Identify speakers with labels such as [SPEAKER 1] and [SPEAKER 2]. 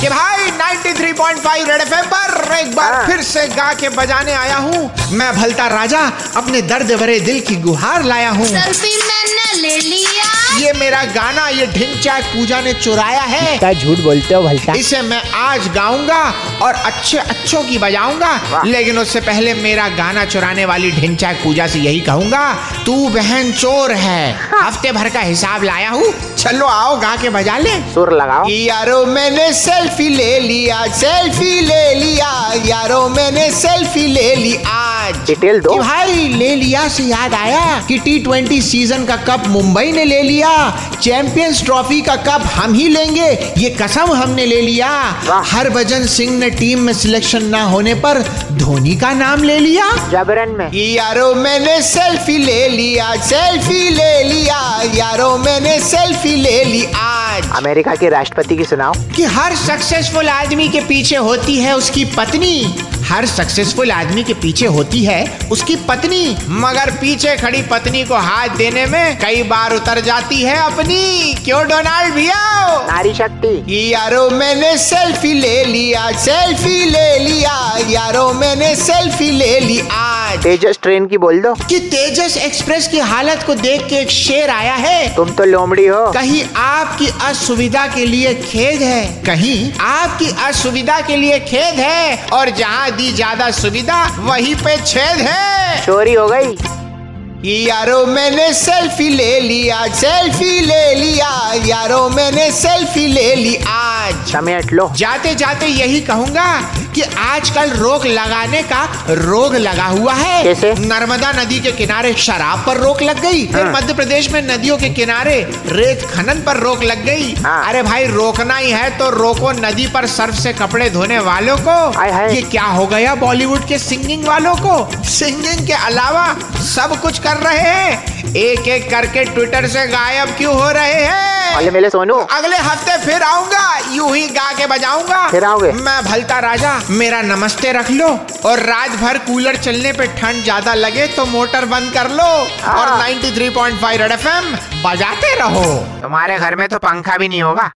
[SPEAKER 1] कि भाई 93.5 red FM पर एक बार
[SPEAKER 2] हाँ।
[SPEAKER 1] फिर से गा के बजाने आया हूँ मैं भलता राजा अपने दर्द भरे दिल की गुहार लाया हूँ
[SPEAKER 3] सर फिर मैंने ले लिया
[SPEAKER 1] ये मेरा गाना ये ढिंचा पूजा ने चुराया है
[SPEAKER 2] क्या झूठ बोलते हो भलता
[SPEAKER 1] इसे मैं आज गाऊंगा और अच्छे अच्छों की बजाऊंगा
[SPEAKER 2] वाह।
[SPEAKER 1] लेकिन उससे पहले मेरा गाना चुराने वाली ढिंचा पूजा से यही कहूंगा तू बहन चोर है
[SPEAKER 2] हाँ।
[SPEAKER 1] हफ्ते भर का हिसाब लाया हूँ चलो आओ गा के बजा ले
[SPEAKER 2] सुर लगाओ
[SPEAKER 1] यारो मैंने सेल्फी ले लिया सेल्फी ले लिया यारो मैंने सेल्फी ले ली आज
[SPEAKER 2] डिटेल दो
[SPEAKER 1] कि भाई ले लिया से याद आया कि टी ट्वेंटी सीजन का कप मुंबई ने ले लिया चैंपियंस ट्रॉफी का कप हम ही लेंगे ये कसम हमने ले लिया
[SPEAKER 2] वाह।
[SPEAKER 1] हरभजन सिंह ने टीम में सिलेक्शन ना होने पर धोनी का नाम ले लिया
[SPEAKER 2] जबरन में
[SPEAKER 1] यारो मैंने सेल्फी ले लिया सेल्फी ले लिया यारो मैंने सेल्फी ले ली आज
[SPEAKER 2] अमेरिका के राष्ट्रपति की सुनाओ
[SPEAKER 1] कि हर सक्सेसफुल आदमी के पीछे होती है उसकी पत्नी हर सक्सेसफुल आदमी के पीछे होती है उसकी पत्नी मगर पीछे खड़ी पत्नी को हाथ देने में कई बार उतर जाती है अपनी क्यों डोनाल्ड भैया
[SPEAKER 2] नारी शक्ति
[SPEAKER 1] यारो मैंने सेल्फी ले लिया सेल्फी ले लिया यारो मैंने सेल्फी ले ली आज
[SPEAKER 2] तेजस ट्रेन की बोल दो
[SPEAKER 1] कि तेजस एक्सप्रेस की हालत को देख के एक शेर आया है
[SPEAKER 2] तुम तो लोमड़ी हो
[SPEAKER 1] कहीं आपकी असुविधा के लिए खेद है कहीं आपकी असुविधा के लिए खेद है और जहाँ दी ज्यादा सुविधा वहीं पे छेद है
[SPEAKER 2] चोरी हो गई
[SPEAKER 1] यारो मैंने सेल्फी ले लिया सेल्फी ले लिया यारो मैंने सेल्फी ले ली आज
[SPEAKER 2] समेट लो
[SPEAKER 1] जाते जाते यही कहूंगा कि आजकल रोक लगाने का रोग लगा हुआ है
[SPEAKER 2] कैसे?
[SPEAKER 1] नर्मदा नदी के किनारे शराब पर रोक लग गई फिर
[SPEAKER 2] हाँ।
[SPEAKER 1] मध्य प्रदेश में नदियों के किनारे रेत खनन पर रोक लग गई
[SPEAKER 2] हाँ।
[SPEAKER 1] अरे भाई रोकना ही है तो रोको नदी पर सर्फ से कपड़े धोने वालों को
[SPEAKER 2] आय हाय।
[SPEAKER 1] ये क्या हो गया बॉलीवुड के सिंगिंग वालों को सिंगिंग के अलावा सब कुछ कर रहे हैं एक एक करके ट्विटर से गायब क्यों हो रहे हैं
[SPEAKER 2] अले मेले सोनू
[SPEAKER 1] अगले हफ्ते फिर आऊंगा यूं ही गा के बजाऊंगा
[SPEAKER 2] फिर आओगे?
[SPEAKER 1] मैं भलता राजा मेरा नमस्ते रख लो और रात भर कूलर चलने पे ठंड ज्यादा लगे तो मोटर बंद कर लो और
[SPEAKER 2] हाँ।
[SPEAKER 1] 93.5 रेड एफएम बजाते रहो
[SPEAKER 2] तुम्हारे घर में तो पंखा भी नहीं होगा